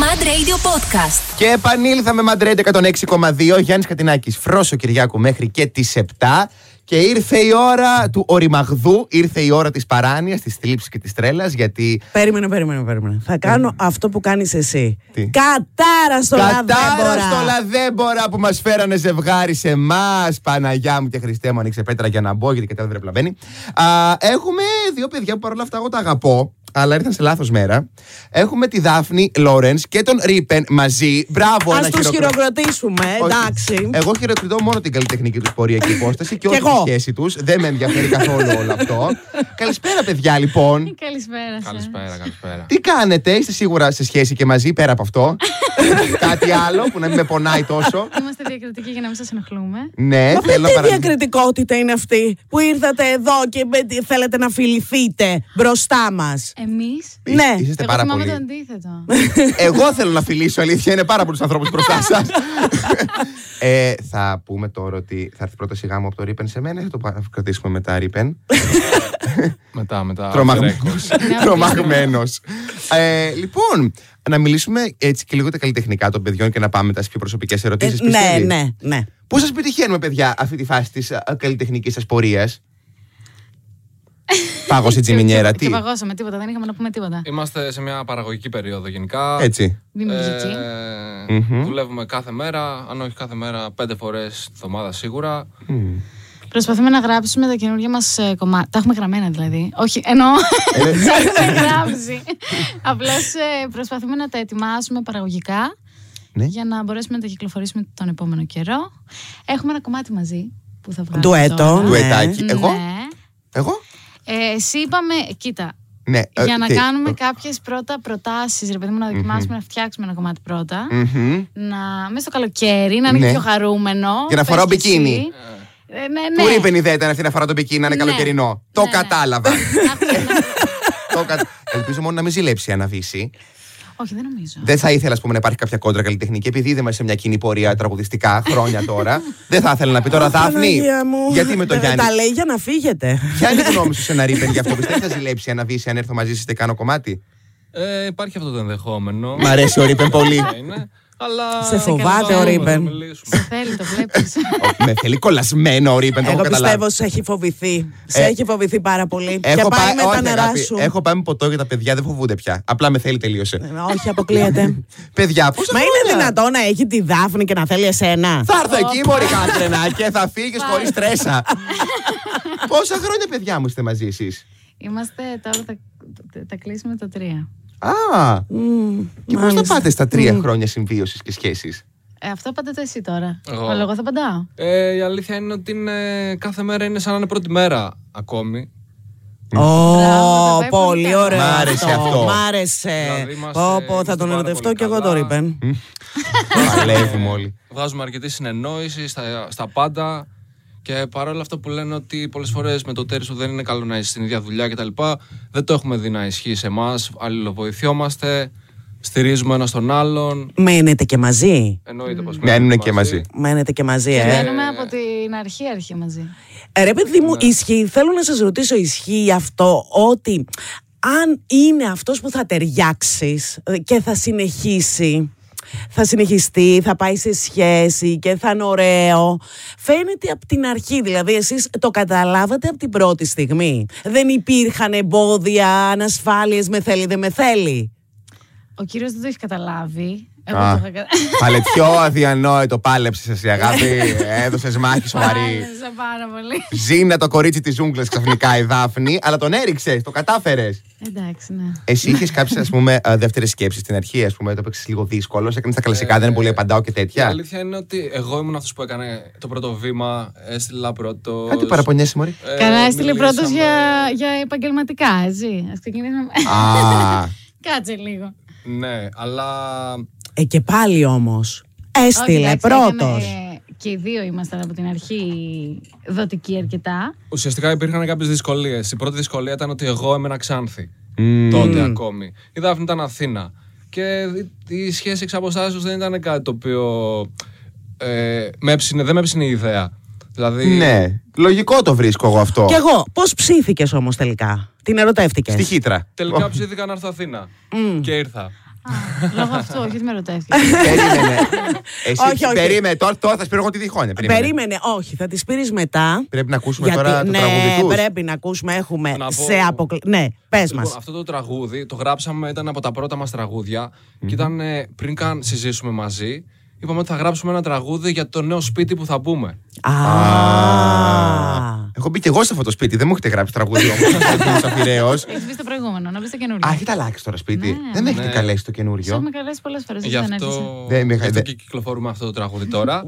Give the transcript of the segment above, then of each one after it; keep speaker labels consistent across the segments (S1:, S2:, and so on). S1: Mad Radio Podcast.
S2: Και επανήλθαμε Μαντρέντε 106,2. Γιάννης Κατινάκης, Φρόσο Κυριάκου μέχρι και τις 7. Και ήρθε η ώρα του οριμαγδού, ήρθε η ώρα της παράνοιας, της θλίψης και της τρέλας. Γιατί.
S3: Περίμενε, περίμενε, περίμενε. Θα κάνω αυτό που κάνεις εσύ.
S2: Τι?
S3: Κατάρα στο
S2: Κατάρα
S3: λαδέμπορα.
S2: στο λαδέμπορα που μας φέρανε ζευγάρι σε εμάς. Παναγιά μου και Χριστέ μου, ανοίξε πέτρα για να μπω, γιατί κατά δεν τρεπλαμένη. Α, Έχουμε δύο παιδιά που παρόλα αυτά εγώ τα αγαπώ, αλλά ήρθαν σε λάθος μέρα. Έχουμε τη Δάφνη Λόρεν και τον Ρίπεν μαζί. Μπράβο,
S3: Ας
S2: ένα
S3: τους
S2: χειροκρότημα.
S3: χειροκροτήσουμε,
S2: Όχι. Ε,
S3: εντάξει.
S2: Εγώ χειροκροτώ μόνο την καλλιτεχνική τους πορεία και υπόσταση και
S3: Κι
S2: όχι τη
S3: εγώ.
S2: σχέση τους. Δεν με ενδιαφέρει καθόλου όλο αυτό. Καλησπέρα, παιδιά, λοιπόν.
S4: Ε, Καλησπέρα. σας.
S5: Καλησπέρα, καλησπέρα.
S2: Τι κάνετε, είστε σίγουρα σε σχέση και μαζί, πέρα από αυτό. Κάτι άλλο που να μην με πονάει τόσο.
S4: Είμαστε διακριτικοί για να μην σας ενοχλούμε.
S2: Ναι,
S3: Μα
S2: θέλω
S3: Ε, τι
S2: να παρα...
S3: διακριτικότητα είναι αυτή που ήρθατε εδώ και με- θέλετε να φιληθείτε μπροστά μας.
S4: Εμεί.
S2: Εί-
S3: Ναι.
S2: Είσαστε
S4: Εγώ
S2: πάρα
S4: θυμάμαι
S2: πολύ.
S4: το αντίθετο.
S2: Εγώ θέλω να φιλήσω, αλήθεια. Είναι πάρα πολλούς ανθρώπους μπροστά σας. ε, θα πούμε τώρα ότι θα έρθει πρώτα σιγά μου από το Ρίπεν σε μένα ή θα το πα- κρατήσουμε μετά Ρίπεν.
S5: Μετά, μετά.
S2: Τρομαγμένος.
S4: Ναι,
S2: Τρομαγμένος. Ε, λοιπόν, να μιλήσουμε έτσι και λίγο τα καλλιτεχνικά των παιδιών και να πάμε μετά στι πιο προσωπικές
S3: Ε,
S2: ερωτήσει.
S3: ναι, ναι, ναι.
S2: Πού σας πετυχαίνουμε, παιδιά, αυτή τη φάση ε, τη καλλιτεχνικής σας πορείας. Πάγο η τζιμινιέρα, τι.
S4: Και παγώσαμε τίποτα, δεν είχαμε να πούμε τίποτα.
S2: Ε,
S5: Είμαστε σε μια παραγωγική περίοδο γενικά.
S2: Έτσι.
S4: Δημιουργική.
S5: Ε,
S2: Μμμ.
S5: Δουλεύουμε κάθε μέρα, αν όχι κάθε μέρα, πέντε φορές τη εβδομάδα σίγουρα.
S4: Προσπαθούμε να γράψουμε τα καινούργια μας κομμάτια. ε, Τα έχουμε γραμμένα δηλαδή. Όχι, εννοώ.
S2: Ε,
S4: Τα έχουμε γράψει. Απλώ προσπαθούμε να τα ετοιμάσουμε παραγωγικά
S2: Ναι.
S4: για να μπορέσουμε να τα κυκλοφορήσουμε τον επόμενο καιρό. Έχουμε ένα κομμάτι μαζί που θα βγάλουμε.
S3: Ντουέτο.
S4: τώρα.
S2: Ντουετάκι.
S4: Ναι.
S2: Εγώ. Εγώ.
S4: Ε, εσύ είπαμε, κοίτα,
S2: Ναι. ε,
S4: για να
S2: τι.
S4: κάνουμε κάποιες πρώτα προτάσεις, ρε παιδί μου, να δοκιμάσουμε να φτιάξουμε ένα κομμάτι πρώτα.
S2: Μμμ.
S4: Να μέσα στο καλοκαίρι, να είναι
S2: Ναι.
S4: πιο χαρούμενο.
S2: Για να
S4: πες
S2: φοράω
S4: κι εσύ.
S2: μπικίνι.
S4: Ε, ναι, ναι.
S2: Που ρίπεν η ιδέα ήταν αυτή να φορά το πικί, να είναι
S4: Ναι.
S2: καλοκαιρινό. Το
S4: Ναι, ναι.
S2: κατάλαβα.
S4: Άκουσα να-
S2: Το κατα- Ελπίζω μόνο να μην ζηλέψει η αναβίση.
S4: Όχι, δεν νομίζω.
S2: Δεν θα ήθελα, ας πούμε, να υπάρχει κάποια κόντρα καλλιτεχνική, επειδή είδαμε σε μια κοινή πορεία τραγουδιστικά χρόνια τώρα. Δεν θα ήθελα να πει τώρα, Δάφνη.
S3: Παναγία μου.
S2: Γιατί με τον
S3: Τα-
S2: Γιάννη.
S3: Τα λέει για να φύγετε.
S2: Ποια είναι η γνώμη σου σε ένα ρίπεν για αυτό, πιστεύεις θα ζηλέψει αν αβήσει, αν έρθω μαζί σας και κάνω κομμάτι.
S5: Ε, υπάρχει αυτό το ενδεχόμενο.
S2: Μ' αρέσει ο ρίπεν πολύ.
S5: Ε, είναι, αλλά.
S3: Σε φοβάται
S4: ο
S5: Μπορούμε
S3: Ρίπεν.
S5: να μιλήσουμε.
S4: Θέλει, το βλέπεις.
S2: Ο- Με θέλει κολλασμένο ο ρίπεν, το έχω
S3: Εγώ πιστεύω
S2: καταλάβει.
S3: σε έχει φοβηθεί. Σε έχει φοβηθεί πάρα πολύ. Και
S2: Ε, Έχω
S3: πάει
S2: πάει,
S3: με τα
S2: όχι,
S3: νερά
S2: αγάπη,
S3: σου.
S2: έχω πάει με ποτό για τα παιδιά, δεν φοβούνται πια. Απλά με θέλει, τελείωσε.
S3: Ε, Όχι, αποκλείεται.
S2: Παιδιά, πόσα
S3: Μα είναι
S2: χρόνια?
S3: δυνατό να έχει τη Δάφνη και να θέλει εσένα.
S2: Θα έρθω εκεί, Μωρή Κάτρινα, και θα φύγεις χωρίς τρέσα. Πόσα χρόνια, παιδιά μου, είστε μαζί εσείς.
S4: Είμαστε τώρα, θα, θα κλείσουμε τα τρία.
S2: Α,
S3: Μμμ,
S2: και πώς θα
S3: μάλιστα.
S2: πάτε στα τρία χρόνια συμβίωσης και σχέσης.
S4: Ε, αυτό πάντα το εσύ τώρα.
S5: Εγώ.
S4: Αλλά εγώ θα παντάω.
S5: Ε, η αλήθεια είναι ότι είναι, κάθε μέρα είναι σαν να είναι πρώτη μέρα ακόμη.
S3: Ω,
S4: Μπράβο, τα πάει
S3: πολύ
S4: πολύ καλά.
S3: ωραίο.
S2: Μ' άρεσε αυτό.
S3: Μ' άρεσε.
S5: Δηλαδή είμαστε-
S3: Πω, πω, θα
S5: είμαστε
S3: τον
S5: πάρα
S3: ερωτευτώ
S5: πολύ
S3: και εγώ
S5: καλά.
S3: το ρίπεν.
S2: Παλεύουμε όλοι.
S5: Βγάζουμε αρκετή συνεννόηση στα, στα πάντα. Και παρόλο αυτό που λένε ότι πολλές φορές με το τέρι σου δεν είναι καλό να είσαι στην ίδια δουλειά κτλ., δεν το έχουμε δει να ισχύει σε εμάς. Αλληλοβοηθιόμαστε, στηρίζουμε ένα τον άλλον.
S3: Μένετε και μαζί.
S5: Εννοείται πως
S2: Μένουν και μαζί.
S3: Μένετε και μαζί, ε.
S4: Μένουμε από την αρχή αρχή μαζί.
S3: Ε, Ρε, παιδί μου, ισχύει. Θέλω να σας ρωτήσω, ισχύει αυτό ότι αν είναι αυτός που θα ταιριάξεις και θα συνεχίσει. Θα συνεχιστεί, θα πάει σε σχέση και θα είναι ωραίο. Φαίνεται από την αρχή, δηλαδή εσείς το καταλάβατε από την πρώτη στιγμή. Δεν υπήρχαν εμπόδια, ανασφάλειες, με θέλει, δεν με θέλει.
S4: Ο κύριος δεν το έχει καταλάβει. Εγώ
S2: Α.
S4: το είχα καταλάβει.
S2: Παλετιό αδιανόητο, πάλεψες εσύ, αγάπη. Έδωσες μάχη σοβαρή.
S4: Άρεσε πάρα πολύ.
S2: Ζήνα το κορίτσι της ζούγκλα ξαφνικά η Δάφνη, αλλά τον έριξες, το κατάφερες.
S4: Εντάξει, ναι.
S2: Εσύ είχες κάποιες δεύτερες σκέψεις ε, στην αρχή, ας πούμε, το παίξει λίγο δύσκολο, έκανε τα κλασικά, δεν
S3: Ε,
S2: πολύ απαντάω και
S5: Η
S2: τέτοια.
S5: αλήθεια είναι ότι εγώ ήμουν αυτός που έκανε το πρώτο βήμα, έστειλα πρώτος.
S2: Κάτι παραπονιέσαι, Μωρή.
S5: Ε,
S4: Καλά, έστειλε πρώτο
S5: μιλήσαμε.
S4: για, για επαγγελματικά, έτσι. Ας ξεκινήσουμε.
S2: Α,
S4: Κάτσε λίγο.
S5: Ναι, αλλά
S3: Ε, και πάλι όμως, έστειλε
S4: Όχι, εντάξει,
S3: πρώτος.
S4: έκανε- Και οι δύο ήμασταν από την αρχή δοτικοί αρκετά.
S5: Ουσιαστικά υπήρχαν κάποιες δυσκολίες. Η πρώτη δυσκολία ήταν ότι εγώ έμενα Ξάνθη. Τότε ακόμη. Η Δάφνη ήταν Αθήνα. Και η- η σχέση εξ αποστάσεως δεν ήταν κάτι το οποίο. Ε, με έψινε, δεν με έψινε η ιδέα. Δηλαδή.
S2: ναι. Λογικό το βρίσκω εγώ αυτό.
S3: Κι Ε, εγώ, πώς ψήθηκες όμως τελικά, την ερωτεύτηκες.
S2: Στη χύτρα.
S5: Τελικά ψήθηκα να έρθω Αθήνα. Και ήρθα.
S4: Λόγω αυτού, όχι ότι με ρωτεύει.
S2: Περίμενε. Εσύ
S3: Όχι, όχι.
S2: περίμενε. Τώρα, τώρα θα σου πει εγώ τι διχόνια. Περίμενε.
S3: Περίμενε, όχι, θα τις πήρεις μετά.
S2: Πρέπει να ακούσουμε τώρα το
S3: ναι,
S2: τραγούδι τους.
S3: πρέπει να ακούσουμε, έχουμε
S5: Να πω-
S3: σε αποκλει... Ναι, πες
S5: Λοιπόν,
S3: μας.
S5: αυτό το τραγούδι το γράψαμε, ήταν από τα πρώτα μας τραγούδια. Και ήταν ε, πριν καν συζήσουμε μαζί, είπαμε ότι θα γράψουμε ένα τραγούδι για το νέο σπίτι που θα μπούμε.
S3: Α.
S2: Έχω μπει και εγώ σε αυτό το σπίτι, δεν μου έχετε γράψει τραγούδι όμως.
S4: Έχει βγει το προηγούμενο, να βρει το
S2: Α,
S4: καινούριο.
S2: έχετε αλλάξει τώρα σπίτι.
S4: Ναι.
S2: δεν με έχετε
S5: Ναι.
S2: καλέσει το
S4: Σε
S2: καινούριο.
S4: έχουμε καλέσει πολλές φορές.
S5: Γι'
S4: Δεν έρχεσαι.
S5: αυτό,
S2: Δεν με
S5: γι' αυτό
S2: είχα-
S5: και κυκλοφορούμε αυτό το τραγούδι τώρα.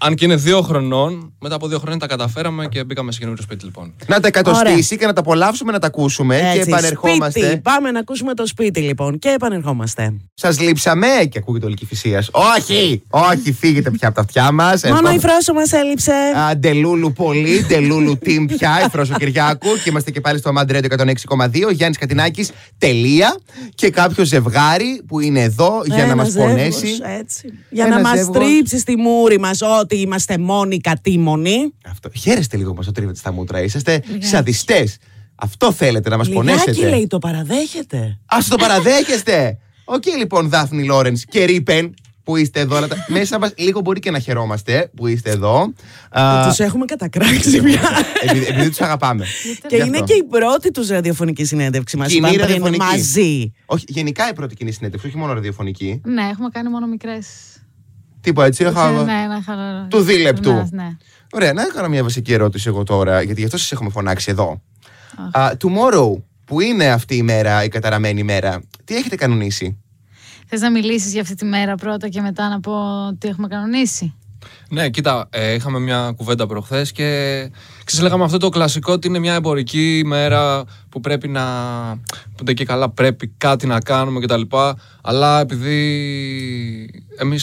S5: Αν και είναι δύο χρονών, μετά από δύο χρόνια τα καταφέραμε και μπήκαμε σε καινούριο σπίτι λοιπόν.
S2: Να τα εκατοστήσει
S3: Ωραία.
S2: και να τα απολαύσουμε, να τα ακούσουμε Ε, και
S3: Έτσι,
S2: επανερχόμαστε.
S3: Σπίτι. Πάμε να ακούσουμε το σπίτι λοιπόν και επανερχόμαστε.
S2: Σας λείψαμε και ακούγεται ολική φυσίας. Όχι! Όχι, φύγετε πια από τα αυτιά μας.
S3: Μόνο η φρόσο μας έλειψε.
S2: Ντελούλου πολύ, Ντελούλου team πια, η Φρόσο Κυριάκου. Και είμαστε και πάλι στο Mad Radio 106,2. Γιάννης Κατινάκης, τελεία. Και κάποιο ζευγάρι που είναι εδώ για να
S3: Ένα
S2: μας
S3: ζεύγος,
S2: πονέσει.
S3: έτσι. Για
S2: Ένα
S3: να μας
S2: ζεύγος.
S3: τρίψει στη μούρη μας ότι είμαστε μόνοι κατήμονοι.
S2: Αυτό. Χαίρεστε λίγο που μας το τρίβετε στα μούτρα. Είσαστε σαδιστές. Αυτό θέλετε να μας
S3: Λιγάκι
S2: πονέσετε.
S3: λέει το παραδέχεται.
S2: Ας το παραδέχεστε! Οκ, λοιπόν, Δάφνη Λόρεν και Ρίπεν που είστε εδώ. όλα τα- Μέσα μας λίγο μπορεί και να χαιρόμαστε που είστε εδώ. Α,
S3: Τους έχουμε κατακράξει πια.
S2: επειδή, επειδή τους αγαπάμε.
S3: Και
S2: Γι'
S3: είναι
S2: αυτό.
S3: και η πρώτη τους ραδιοφωνική συνέντευξη μας.
S2: Κοινή ραδιοφωνική.
S3: μαζί.
S2: Όχι, γενικά η πρώτη κοινή συνέντευξη, όχι μόνο ραδιοφωνική.
S4: Ναι, έχουμε κάνει μόνο μικρές.
S2: Τίποτα έτσι. Είχα...
S4: Ναι, ένα χαλαρό.
S2: Του δίλεπτου.
S4: Ναι, ναι.
S2: Ωραία, να έκανα μια βασική ερώτηση εγώ τώρα, γιατί γι' αυτό σας έχουμε φωνάξει εδώ. Α, tomorrow, που είναι αυτή η μέρα, η καταραμένη μέρα, τι έχετε κανονίσει.
S4: Θες να μιλήσεις για αυτή τη μέρα πρώτα και μετά να πω τι έχουμε κανονίσει.
S5: Ναι, κοίτα, ε, είχαμε μια κουβέντα προχθές και ξέρεις, λέγαμε αυτό το κλασικό ότι είναι μια εμπορική μέρα που πρέπει να. που ντε και καλά πρέπει κάτι να κάνουμε κτλ. Αλλά επειδή εμείς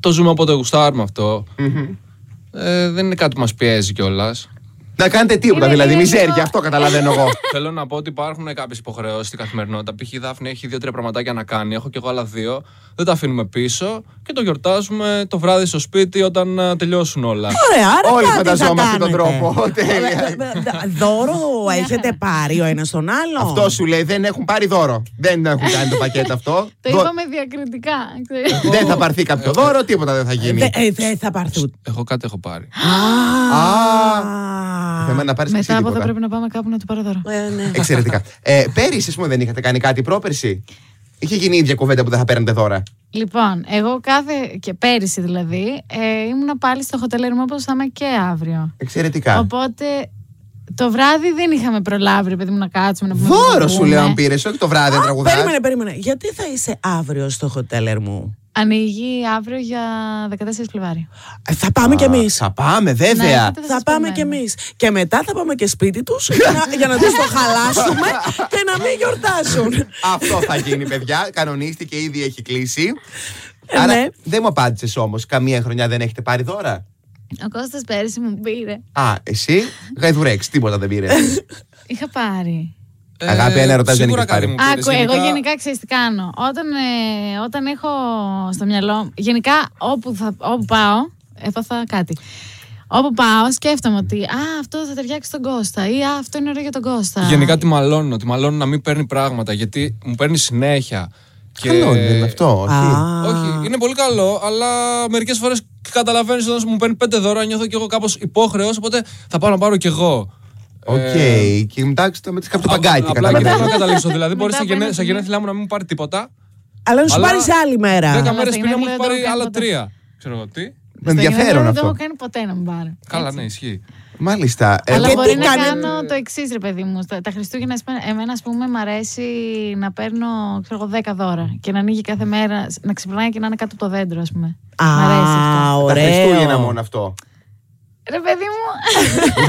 S5: το ζούμε από το γουστάρουμε αυτό, ε, δεν είναι κάτι που μας πιέζει κιόλας.
S2: Να κάνετε τίποτα,
S4: Είναι
S2: δηλαδή,
S4: λίγο-
S2: μιζέρια, αυτό καταλαβαίνω εγώ.
S5: Θέλω να πω ότι υπάρχουν κάποιες υποχρεώσεις στην καθημερινότητα. Π.χ. η Δάφνη έχει δύο-τρία πραγματάκια να κάνει. Έχω κι εγώ άλλα δύο. Δεν τα αφήνουμε πίσω και το γιορτάζουμε το βράδυ στο σπίτι όταν α, τελειώσουν όλα.
S3: Ωραία, άρα
S2: Όλοι
S3: κάτι θα
S2: φανταζόμαστε τον
S3: κάνετε.
S2: τρόπο. Τέλεια.
S3: Ε, ε, ε, Δώρο έχετε πάρει ο ένας τον άλλο.
S2: Αυτό σου λέει, δεν έχουν πάρει δώρο. Δεν έχουν κάνει το πακέτο αυτό.
S4: Το
S2: Δω-
S4: είπαμε διακριτικά. ξέρεις.
S2: Δεν θα πάρθει κάποιο δώρο, τίποτα δεν θα γίνει.
S3: Δεν ε, δεν θα πάρθουν.
S5: Εγώ κάτι έχω πάρει.
S2: Α, θέμα είναι να πάρεις
S4: Μετά από εδώ
S2: τίποτα.
S4: πρέπει να πάμε κάπου να του πάρω δώρο.
S3: Ε, ναι.
S2: Εξαιρετικά. Ε, πέρυσι, ας πούμε, δεν είχατε κάνει κάτι, πρόπερσι. Είχε γίνει η ίδια κουβέντα που δεν θα παίρνετε δώρα.
S4: Λοιπόν, εγώ κάθε και πέρυσι δηλαδή ε, ήμουνα πάλι στο χοτελέρι μου όπως θα είμαι και αύριο.
S2: Εξαιρετικά.
S4: Οπότε το βράδυ δεν είχαμε προλάβει, ρε παιδί μου, να κάτσουμε να πούμε.
S2: Δώρο
S4: να
S2: σου
S4: βγούμε.
S3: ναι.
S2: λέω αν πήρες, όχι το βράδυ τραγουδάς.
S3: Περίμενε, περίμενε. Γιατί θα είσαι αύριο στο χοτέλερ μου.
S4: Ανοίγει αύριο για 14 Φλεβάρι.
S3: Ε, Θα πάμε κι εμείς.
S2: Θα πάμε, βέβαια.
S4: τότε
S3: Ναι, Θα πάμε
S4: σας περιμένουμε.
S3: κι εμείς. Και μετά θα πάμε και σπίτι τους για να, για να τους το χαλάσουμε και να μην γιορτάσουν.
S2: Αυτό θα γίνει, παιδιά. Κανονίστηκε, ήδη έχει κλείσει.
S3: Ε, ναι.
S2: Άρα δεν μου απάντησες όμως. Καμία χρονιά δεν έχετε πάρει δώρα.
S4: Ο Κώστας πέρυσι μου πήρε.
S2: Α, εσύ, γαϊδουρέξ, τίποτα δεν πήρε.
S4: Είχα πάρει.
S5: Ε,
S2: Αγάπη, ένα ερωτάζεις, δεν
S5: σίγουρα
S2: έχεις πάρει.
S5: κάτι μου πήρες.
S4: Άκου, εγώ γενικά ξέρεις τι κάνω. Όταν, ε, όταν έχω στο μυαλό. Γενικά, όπου, θα, όπου πάω, έπαθα κάτι. Όπου πάω, σκέφτομαι ότι α, αυτό θα ταιριάξει τον Κώστα ή α, αυτό είναι ωραίο για τον Κώστα.
S5: Γενικά τη μαλώνω, τη μαλώνω να μην παίρνει πράγματα γιατί μου παίρνει συνέχεια. Και...
S2: Καλό δεν είναι αυτό, όχι.
S3: Α.
S5: Όχι, είναι πολύ καλό, αλλά μερικές φορές καταλαβαίνεις όταν μου παίρνει πέντε δώρα, νιώθω κι εγώ κάπως υπόχρεος, οπότε θα πάω να πάρω κι εγώ.
S2: Οκ.
S5: Ε,
S2: Και μετά το με τις κάποιο παγκάκι.
S5: Απλά
S2: κατά
S5: και θέλω
S2: κύριο.
S5: να καταλήξω. Δηλαδή, μπορείς
S4: Μετά από ένα
S5: στα
S4: σημείο.
S5: γενέθλιά μου να μην μου πάρει τίποτα.
S3: Αλλά να σου
S5: Αλλά-
S3: πάρεις άλλη μέρα.
S5: Δέκα
S4: Αλλά
S5: μέρε
S4: στα
S5: πριν να μου
S4: γενέθλια
S5: έχει
S4: δεν
S5: πάρει
S4: το
S5: άλλα
S4: κάνω ποτέ.
S5: τρία. Ξέρω εγώ τι.
S2: Με
S4: Στο
S2: ενδιαφέρον
S4: γενέθλιο Δεν το
S2: αυτό.
S4: έχω κάνει ποτέ να μου πάρει.
S5: Καλά, ναι, ισχύει.
S2: Μάλιστα. Ε,
S4: Αλλά
S2: εγώ-
S4: μπορεί
S3: τι
S4: να
S3: κάνετε?
S4: κάνω το εξής, ρε παιδί μου. Τα, τα Χριστούγεννα, ας πούμε, εμένα, ας πούμε, μου αρέσει να παίρνω ξέρω, εγώ, 10 δώρα και να ανοίγει κάθε μέρα, να ξυπνάει και να είναι κάτω από το δέντρο, ας πούμε. Μ' αρέσει
S3: Α,
S4: αυτό.
S2: Τα Χριστούγεννα
S3: ωραίο.
S2: μόνο αυτό.
S4: Ρε παιδί μου.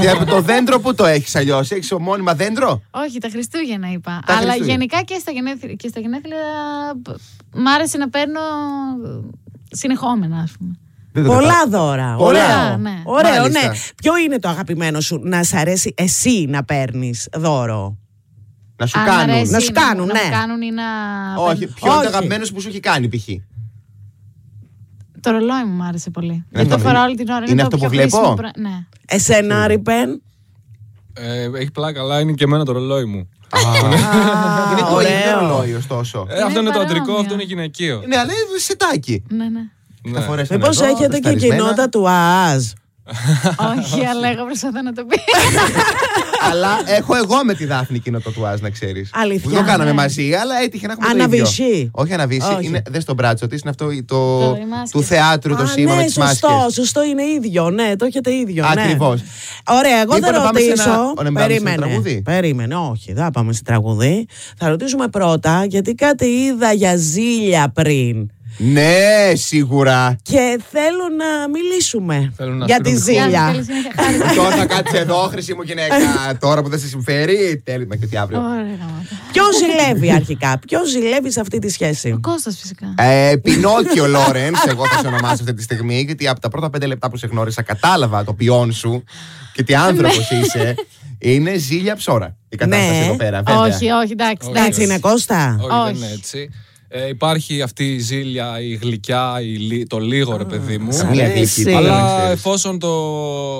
S2: Γιατί από το δέντρο που το έχεις αλλιώς, έχεις ομώνυμα δέντρο.
S4: Όχι, τα Χριστούγεννα είπα.
S2: Τα
S4: Αλλά
S2: Χριστούγεννα.
S4: γενικά και στα, γενέθλια, και στα γενέθλια π- μ' άρεσε να παίρνω συνεχόμενα, ας πούμε.
S2: Δεν το καταλαβαίνω.
S3: Πολλά δώρα.
S2: Πολλά,
S3: Ωραίο.
S4: ναι.
S3: Ωραίο, ναι.
S2: Μάλιστα.
S3: Ποιο είναι το αγαπημένο σου να σ' αρέσει εσύ να παίρνεις δώρο.
S2: Να σου
S4: Αν μ'
S2: κάνουν.
S4: αρέσει
S3: Να σου
S4: μου-
S3: κάνουν,
S4: να
S3: ναι.
S4: μου κάνουν ή να.
S2: Όχι,
S4: παίρνω-
S2: ποιο είναι
S3: Όχι.
S2: το αγαπημένο που σου έχει κάνει, π.χ.
S4: Το ρολόι μου μ' άρεσε πολύ.
S2: αυτό
S4: Γιατί το
S2: που-
S4: φοράω όλη την ώρα.
S2: Ε, είναι
S4: το
S2: αυτό που
S4: πιο
S2: βλέπω?
S4: χρήσιμο προ- Ναι.
S3: Εσένα, Ριπεν.
S5: Ε, έχει πλάκα, αλλά είναι και εμένα το ρολόι μου.
S2: Είναι το ίδιο
S3: ωραίο.
S2: ρολόι, ωστόσο.
S5: Ε, αυτό είναι το
S4: παρόμοια.
S5: αντρικό, αυτό είναι γυναικείο.
S2: Ναι, αλλά είναι σετάκι.
S4: Ναι, ναι.
S5: Ναι.
S2: Θα φορέσουμε
S3: Μήπω
S2: εδώ,
S3: έχετε και
S2: τεσταρισμένα.
S3: κοινότητα του ΑΑΖ.
S4: Όχι, αλλά εγώ προσπαθώ να το πει.
S2: Αλλά έχω εγώ με τη Δάφνη κοινό το τουάζ, να ξέρεις.
S3: Αλήθεια.
S2: Δεν το κάναμε
S4: Ναι.
S2: μαζί, αλλά έτυχε να έχουμε το
S3: Αναβυσί.
S2: ίδιο. Όχι αναβύση.
S3: Όχι.
S2: Είναι, δεν στον μπράτσο της, είναι αυτό το,
S4: Το- η μάσκα.
S2: του θεάτρου, το
S3: Α,
S2: σήμα
S3: ναι,
S2: με τις μάσκε.
S3: σωστό, σωστό, είναι ίδιο. Ναι, το έχετε ίδιο. ναι.
S2: Ακριβώς.
S3: Ωραία, εγώ
S2: Μήπως
S3: θα
S2: να πάμε σε ένα-
S3: ρωτήσω.
S2: να πάμε σε
S3: Περίμενε.
S2: τραγούδι?
S3: Περίμενε, όχι, δεν θα πάμε σε τραγουδί. Θα ρωτήσουμε πρώτα, γιατί κάτι είδα για ζήλια πριν.
S2: Ναι, σίγουρα.
S3: Και θέλω να μιλήσουμε
S5: Θέλω να
S3: για
S5: στείλω
S3: τη
S5: μικρό.
S3: ζήλια.
S4: Καλή συνέχεια. Χάρη.
S2: Τώρα κάτσε εδώ, χρυσή μου γυναίκα. Τώρα που δεν σε συμφέρει, τέλει μέχρι τι αύριο.
S4: Ωραία, γαμάτα.
S3: Ποιος ζηλεύει αρχικά, ποιος ζηλεύει σε αυτή τη σχέση.
S4: Κώστας φυσικά.
S2: Ε, Πινόκιο Λόρεν, εγώ θα σε ονομάσω αυτή τη στιγμή, γιατί από τα πρώτα πέντε λεπτά που σε γνώρισα κατάλαβα το ποιόν σου και τι άνθρωπος
S4: Ναι.
S2: είσαι. Είναι ζήλια ψώρα η κατάσταση
S3: Ναι.
S2: εδώ πέρα, βέβαια.
S4: Όχι, όχι, εντάξει.
S5: Όχι.
S3: Έτσι
S4: εντάξει.
S3: είναι, Κώστα.
S5: Όχι, δεν είναι
S4: Όχι.
S5: έτσι. Ε, υπάρχει αυτή η ζήλια, η γλυκιά, η, λι- το λίγο ρε παιδί μου.
S3: σαν
S4: Ε,
S2: Μια
S3: Αρέσει.
S2: γλυκή, να
S5: Αλλά
S2: ξέρεις.
S5: εφόσον το.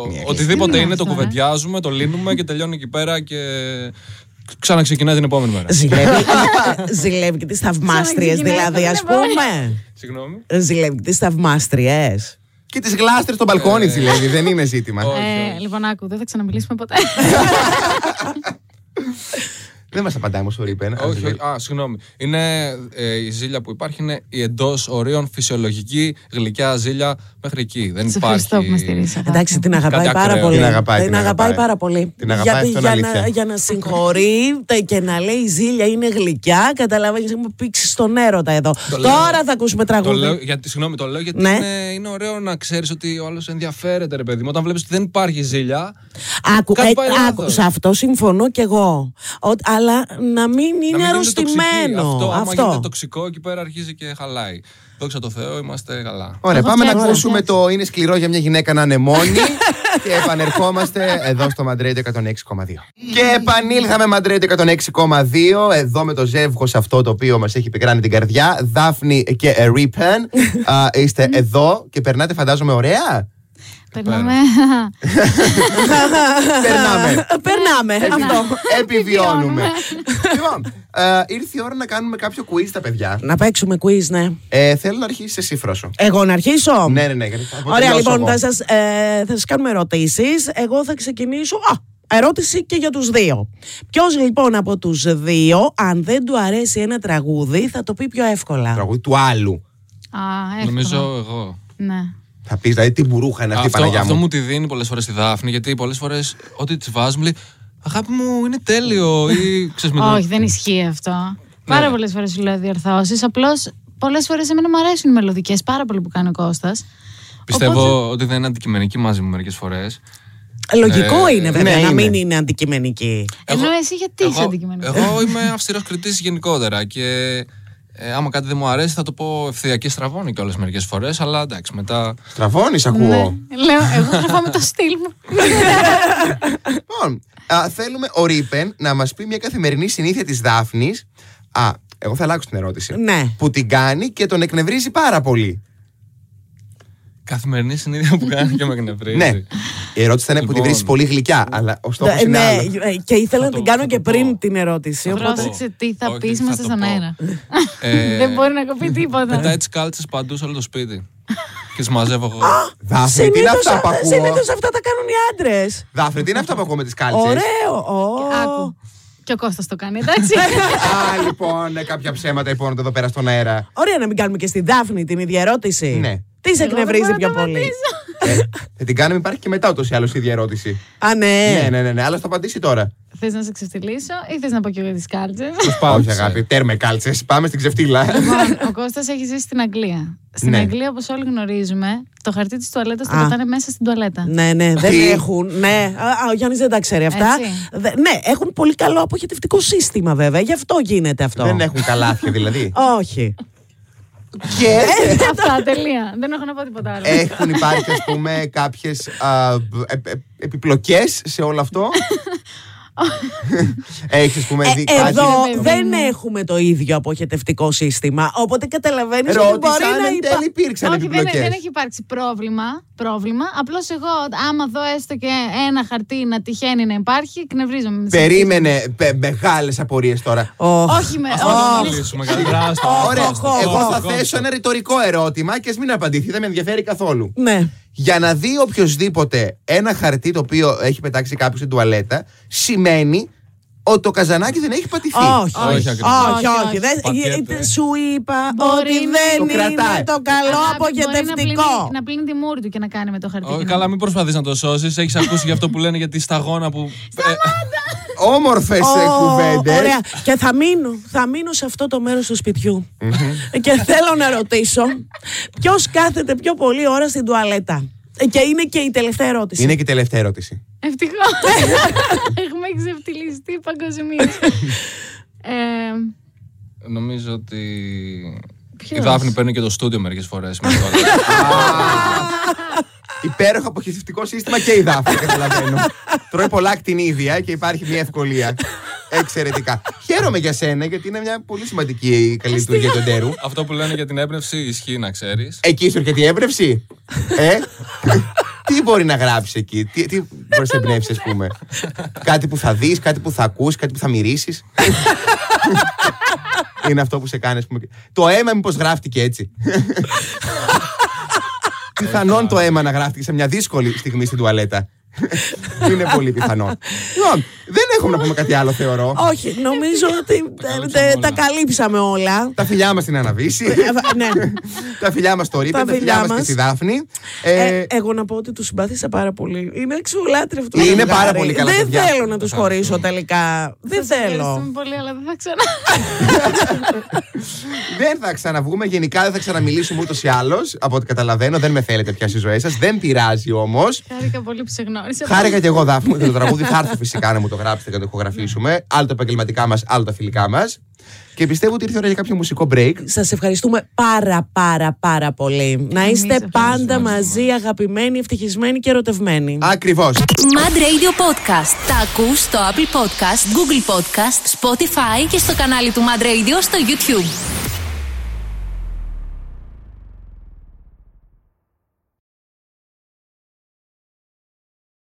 S4: Τι
S5: οτιδήποτε
S4: είναι
S5: είναι, το
S4: αυτό, ε?
S5: κουβεντιάζουμε, το λύνουμε και τελειώνει εκεί πέρα και ξαναξεκινάει την επόμενη μέρα.
S3: Ζηλεύει, ζηλεύει και τις θαυμάστριες,
S4: Σαν να ξεκινάει
S3: δηλαδή,
S4: το
S3: α
S4: λεβάνι.
S3: πούμε.
S5: Συγγνώμη.
S3: Ζηλεύει και τις θαυμάστριες.
S2: Και τις γλάστρες στο μπαλκόνι τη λέει, δεν είναι ζήτημα.
S5: όχι,
S4: Ε,
S5: όχι.
S4: Λοιπόν, άκου, δεν θα ξαναμιλήσουμε ποτέ.
S2: Δεν μας απαντάει όμως ο Ρίπεν. αν
S5: Όχι,
S2: δεν-
S5: όχι. Α, συγγνώμη. Είναι ε, η ζήλια που υπάρχει είναι η εντός ορίων φυσιολογική γλυκιά ζήλια μέχρι εκεί. Δεν
S4: Σε
S5: υπάρχει.
S4: ευχαριστώ που με στηρίζει.
S3: Εντάξει, την αγαπάει
S5: Κάτι
S3: πάρα
S5: ακραίο.
S3: πολύ.
S2: Την αγαπάει, την αγαπάει.
S3: πάρα πολύ.
S2: Την αγαπάει,
S3: Γιατί
S2: αυτό είναι
S3: για, να,
S2: αλήθεια.
S3: για να συγχωρεί τα- και να λέει η ζήλια είναι γλυκιά, καταλαβαίνει έχουμε πήξει στον έρωτα εδώ. Τώρα θα ακούσουμε
S5: Το λέω,
S3: τραγούδι.
S5: γιατί, συγγνώμη, το λέω γιατί
S3: Ναι.
S5: είναι, είναι ωραίο να ξέρεις ότι ο άλλος ενδιαφέρεται, ρε παιδί μου. Όταν βλέπεις ότι δεν υπάρχει ζήλια.
S3: Άκου,
S5: Κάτι
S3: ε,
S5: πάει
S3: άκου,
S5: λάθος.
S3: σε αυτό συμφωνώ κι εγώ. Ότι- αλλά να μην
S5: να
S3: είναι
S5: μην γίνεται τοξική.
S3: αρρωστημένο.
S5: Αυτό, άμα γίνεται τοξικό, εκεί πέρα αρχίζει και χαλάει. Δόξα τω Θεώ, είμαστε καλά.
S2: Ωραία,
S4: Εγώ
S2: πάμε να
S4: φτιάχνω,
S2: ακούσουμε
S4: φτιάχνω.
S2: το Είναι σκληρό για μια γυναίκα να είναι μόνη. και επανερχόμαστε εδώ στο Μαντρέιντ 106,2. Και επανήλθαμε Μαντρέιντ 106,2. Εδώ με το ζεύγος αυτό το οποίο μας έχει πικράνει την καρδιά. Δάφνη και Ρίπεν. Είστε εδώ και περνάτε, φαντάζομαι, ωραία.
S4: Περνάμε.
S2: Περνάμε.
S3: Ε, Περνάμε.
S2: Ε,
S3: αυτό.
S2: Επιβιώνουμε. λοιπόν, ε, ήρθε η ώρα να κάνουμε κάποιο quiz τα παιδιά.
S3: Να παίξουμε quiz, ναι.
S2: Ε, θέλω να αρχίσεις εσύ, Φρόσο.
S3: Εγώ να αρχίσω.
S2: Ναι, ναι, ναι. γιατί θα
S3: Ωραία,
S2: τελειώσω
S3: λοιπόν,
S2: εγώ.
S3: θα σας, ε, θα σας κάνουμε ερωτήσεις. Εγώ θα ξεκινήσω... Α, ερώτηση και για τους δύο. Ποιος λοιπόν από τους δύο, αν δεν του αρέσει ένα τραγούδι, θα το πει πιο εύκολα.
S2: Τραγούδι του άλλου.
S4: Α, εύκολα.
S5: Νομίζω εγώ.
S4: Ναι.
S2: Θα πεις, δηλαδή, τι μπουρούχα είναι αυτή η
S5: Αυτό,
S2: Παναγιά
S5: αυτό
S2: μου.
S5: μου τη δίνει πολλές φορές τη Δάφνη, γιατί πολλές φορές ό,τι της βάζουμε λέει Αγάπη μου, είναι τέλειο. ή ξέρεις με
S4: Όχι,
S5: τον.
S4: δεν ισχύει
S5: Ναι.
S4: αυτό. Πάρα πολλές φορές σου λέω διορθώσεις. Απλώς πολλές φορές εμένα μου αρέσουν οι μελωδικές πάρα πολύ που κάνει ο Κώστας.
S5: Πιστεύω ότι δεν είναι αντικειμενική μαζί μου μερικές φορές.
S3: Λογικό
S5: Ε,
S3: είναι βέβαια
S2: ναι,
S3: να
S2: είναι.
S3: μην είναι αντικειμενική.
S4: Ενώ εσύ γιατί είσαι αντικειμενικό.
S5: Εγώ είμαι αυστηρός κριτής γενικότερα και ε, άμα κάτι δεν μου αρέσει θα το πω ευθεία και στραβώνει κιόλας μερικές φορές, αλλά εντάξει μετά.
S2: Τραβώνει, ακούω.
S3: Ναι.
S4: Λέω, εγώ γράφω με το στυλ μου.
S2: Λοιπόν, α, θέλουμε ο Ρίπεν να μας πει μια καθημερινή συνήθεια της Δάφνης. Α, εγώ θα αλλάξω την ερώτηση.
S3: Ναι.
S2: Που την κάνει και τον εκνευρίζει πάρα πολύ.
S5: Καθημερινή συνήθεια που κάνει και με εκνευρίζει.
S2: Ναι. Η ερώτηση ήταν που την
S5: Ε, Λοιπόν.
S2: βρίσκει πολύ γλυκιά, αλλά ο στόχος
S3: Ε,
S2: είναι
S3: Ναι,
S2: άλλο.
S3: ε, και ήθελα να
S5: το-
S3: την
S5: θα
S3: κάνω
S5: το
S3: και
S5: πω.
S3: πριν την ερώτηση.
S5: Θα το
S3: οπότε-
S5: πω.
S4: Πρόσεξε τι θα
S5: Όχι,
S4: πεις, είμαστε
S5: το
S4: στον
S5: πω.
S4: αέρα.
S5: Ε,
S4: Δεν μπορεί να κοπεί
S5: Μετά
S4: τίποτα.
S5: έτσι κάλτσες παντού σε όλο το σπίτι. και τις μαζεύω εγώ.
S2: Δάφνη, τι είναι
S3: Συνήθως,
S2: αυτά που ακούω.
S3: συνήθως αυτά τα κάνουν οι άντρες.
S2: Δάφνη, τι είναι αυτά που ακούω με τις κάλτσες.
S3: Ωραίο. Ω.
S4: Άκου. Και ο Κώστας το κάνει, εντάξει.
S2: Α, λοιπόν, ε, κάποια ψέματα υπόνονται εδώ πέρα στον αέρα.
S3: Ωραία να μην κάνουμε και στη Δάφνη την ίδια ερώτηση.
S2: Ναι.
S3: Τις σε
S4: Εγώ δεν
S3: εκνευρίζει
S4: μπορώ να
S3: πιο
S4: το
S3: πολύ.
S4: απαντήσω.
S2: ε, θα την κάνουμε, υπάρχει και μετά ούτως ή άλλως η ίδια ερώτηση.
S3: Α,
S2: ναι, ναι, ναι, ναι, αλλά θα απαντήσει τώρα.
S4: Θες να σε ξεφτυλίσω ή θες να πω και εγώ τις κάλτσες.
S2: Πάω, αγάπη. Τέρμε κάλτσες. Πάμε στην ξεφτύλα.
S4: Λοιπόν, ο Κώστας έχει ζήσει στην Αγγλία. Στην
S2: Ναι.
S4: Αγγλία, όπως όλοι γνωρίζουμε, το χαρτί της τουαλέτας το
S3: Α.
S4: πετάνε μέσα στην τουαλέτα.
S3: Ναι, ναι, δεν
S2: Τι?
S3: έχουν. Ναι, Α, α, ο Γιάννης δεν τα ξέρει αυτά.
S4: Έτσι.
S3: Δε- ναι, έχουν πολύ καλό αποχετευτικό σύστημα βέβαια. Γι' αυτό γίνεται αυτό.
S2: Δεν έχουν καλάθια δηλαδή.
S3: Όχι.
S2: Και
S4: Αυτά, τελεία. Δεν έχω να πω τίποτα άλλο.
S2: έχουν υπάρχει, ας πούμε, κάποιες επιπλοκές σε όλο αυτό. Έχει, α πούμε,
S3: Ε,
S2: δει κάτι.
S3: εδώ
S4: Ναι, ναι,
S3: δεν
S4: ναι.
S3: έχουμε το ίδιο αποχετευτικό σύστημα. Οπότε καταλαβαίνεις ότι
S2: Ρώτησα
S3: μπορεί
S2: αν
S3: να
S2: εν τέλει
S3: υπάρχει.
S2: υπήρξαν
S4: Όχι, δεν, δεν
S2: επιπλοκέ.
S4: έχει υπάρξει πρόβλημα. πρόβλημα. Απλώς εγώ, άμα δω έστω και ένα χαρτί να τυχαίνει να υπάρχει, εκνευρίζομαι. με τις
S2: Περίμενε μεγάλες απορίες τώρα.
S4: αρχές. Όχι με.
S5: Ας
S4: όχι,
S5: το
S4: δεν
S5: μιλήσουμε καλύτερα. άστα, άστα,
S2: Ωραία,
S5: άστα, άστα,
S2: εγώ θα
S5: άστα,
S2: θέσω
S5: άστα.
S2: ένα ρητορικό ερώτημα και ας μην απαντηθεί, δεν με ενδιαφέρει καθόλου.
S3: Ναι.
S2: Για να δει οποιοδήποτε ένα χαρτί το οποίο έχει πετάξει κάποιος στην τουαλέτα, σημαίνει ότι το καζανάκι δεν έχει πατηθεί.
S3: Όχι,
S5: Όχι,
S3: όχι,
S5: ακριβώς.
S3: όχι,
S4: Όχι,
S3: όχι. Δεν- ε,
S5: Πατιέται.
S3: Σου είπα
S4: Μπορεί
S3: ότι
S4: να-
S2: ε. Το
S3: δεν είναι
S2: κρατάει.
S3: το καλό
S4: Αγάπη, μπορεί Να
S3: αποχετευτικό.
S4: πλύνει, να πλύνει τη μούρη του και να κάνει με το χαρτί.
S5: Ω,
S4: και να-
S5: Καλά, μην προσπαθείς να το σώσεις. Έχεις ακούσει για αυτό που λένε για τη σταγόνα που. ε,
S2: Όμορφες
S3: Ω,
S2: κουβέντε.
S3: Ωραία. Και θα μείνω, θα μείνω σε αυτό το μέρος του σπιτιού. και θέλω να ρωτήσω, ποιος κάθεται πιο πολλή ώρα στην τουαλέτα. Και είναι και η τελευταία ερώτηση.
S2: Είναι και η τελευταία ερώτηση.
S4: Ευτυχώς. Έχουμε ξεφτυλιστεί παγκοσμίως. ε,
S5: ε, Νομίζω ότι.
S4: Ποιος?
S5: Η Δάφνη παίρνει και το στούντιο μερικές φορές.
S2: Υπέροχο αποχαιρετικό σύστημα και η δάφνη, καταλαβαίνω. Τρώει πολλά ακτινίδια και υπάρχει μια ευκολία. Εξαιρετικά. Χαίρομαι για σένα γιατί είναι μια πολύ σημαντική η καλή λειτουργία του εντέρου.
S5: Αυτό που λένε για την έμπνευση ισχύει να ξέρεις.
S2: Εκεί σου έρχεται η έμπνευση. Ε. τι μπορεί να γράψεις εκεί, τι, τι μπορείς να σε εμπνεύσεις, ας πούμε. κάτι που θα δεις, κάτι που θα ακούσει, κάτι που θα μυρίσεις. είναι αυτό που σε κάνει, ας πούμε. Το αίμα, μήπως γράφτηκε έτσι. Πιθανόν το αίμα να γράφτηκε σε μια δύσκολη στιγμή στην τουαλέτα. είναι πολύ πιθανόν. Λοιπόν, δεν έχουμε να πούμε κάτι άλλο, θεωρώ.
S3: Όχι, νομίζω ότι τα-
S5: καλύψαμε
S3: τα- τα
S5: όλα.
S3: καλύψαμε όλα.
S2: Τα φιλιά μας στην Αναβίση.
S3: Ε, ναι.
S2: τα φιλιά μας στο Ρίπεν, τα
S3: φιλιά
S2: φιλιά μας και
S3: μας.
S2: στη Δάφνη.
S3: Ε,
S2: Ε,
S3: εγώ να πω ότι τους συμπάθησα πάρα πολύ. Είναι εξουλάτρευτο.
S2: Είναι πάρα πολύ καλά
S3: Δεν
S2: παιδιά.
S3: θέλω να τους χωρίσω τελικά. Δεν
S4: σας
S3: θέλω.
S4: ευχαριστούμε πολύ, αλλά δεν θα ξανά.
S2: Δεν θα ξαναβγούμε. Γενικά δεν θα ξαναμιλήσουμε ούτως ή άλλως. Από ό,τι καταλαβαίνω, δεν με θέλετε πια στι ζωέ σας. Δεν πειράζει όμως.
S4: Χάρηκα πολύ που σε γνώρισα.
S2: Χάρηκα και εγώ, Δάφνη, μου, για το τραγούδι. Θα έρθω φυσικά να μου το γράψετε και να το ηχογραφήσουμε. Άλλο τα επαγγελματικά μας, άλλο τα φιλικά μας. Και πιστεύω ότι ήρθε η ώρα για κάποιο μουσικό break.
S3: Σας ευχαριστούμε πάρα πάρα πάρα πολύ. Να είστε
S4: ευχαριστούμε.
S3: πάντα μαζί, αγαπημένοι, ευτυχισμένοι και ερωτευμένοι.
S2: Ακριβώς.
S1: Mad Radio Podcast. Τα ακούς στο Apple Podcast, Google Podcast, Spotify και στο κανάλι του Mad Radio στο YouTube.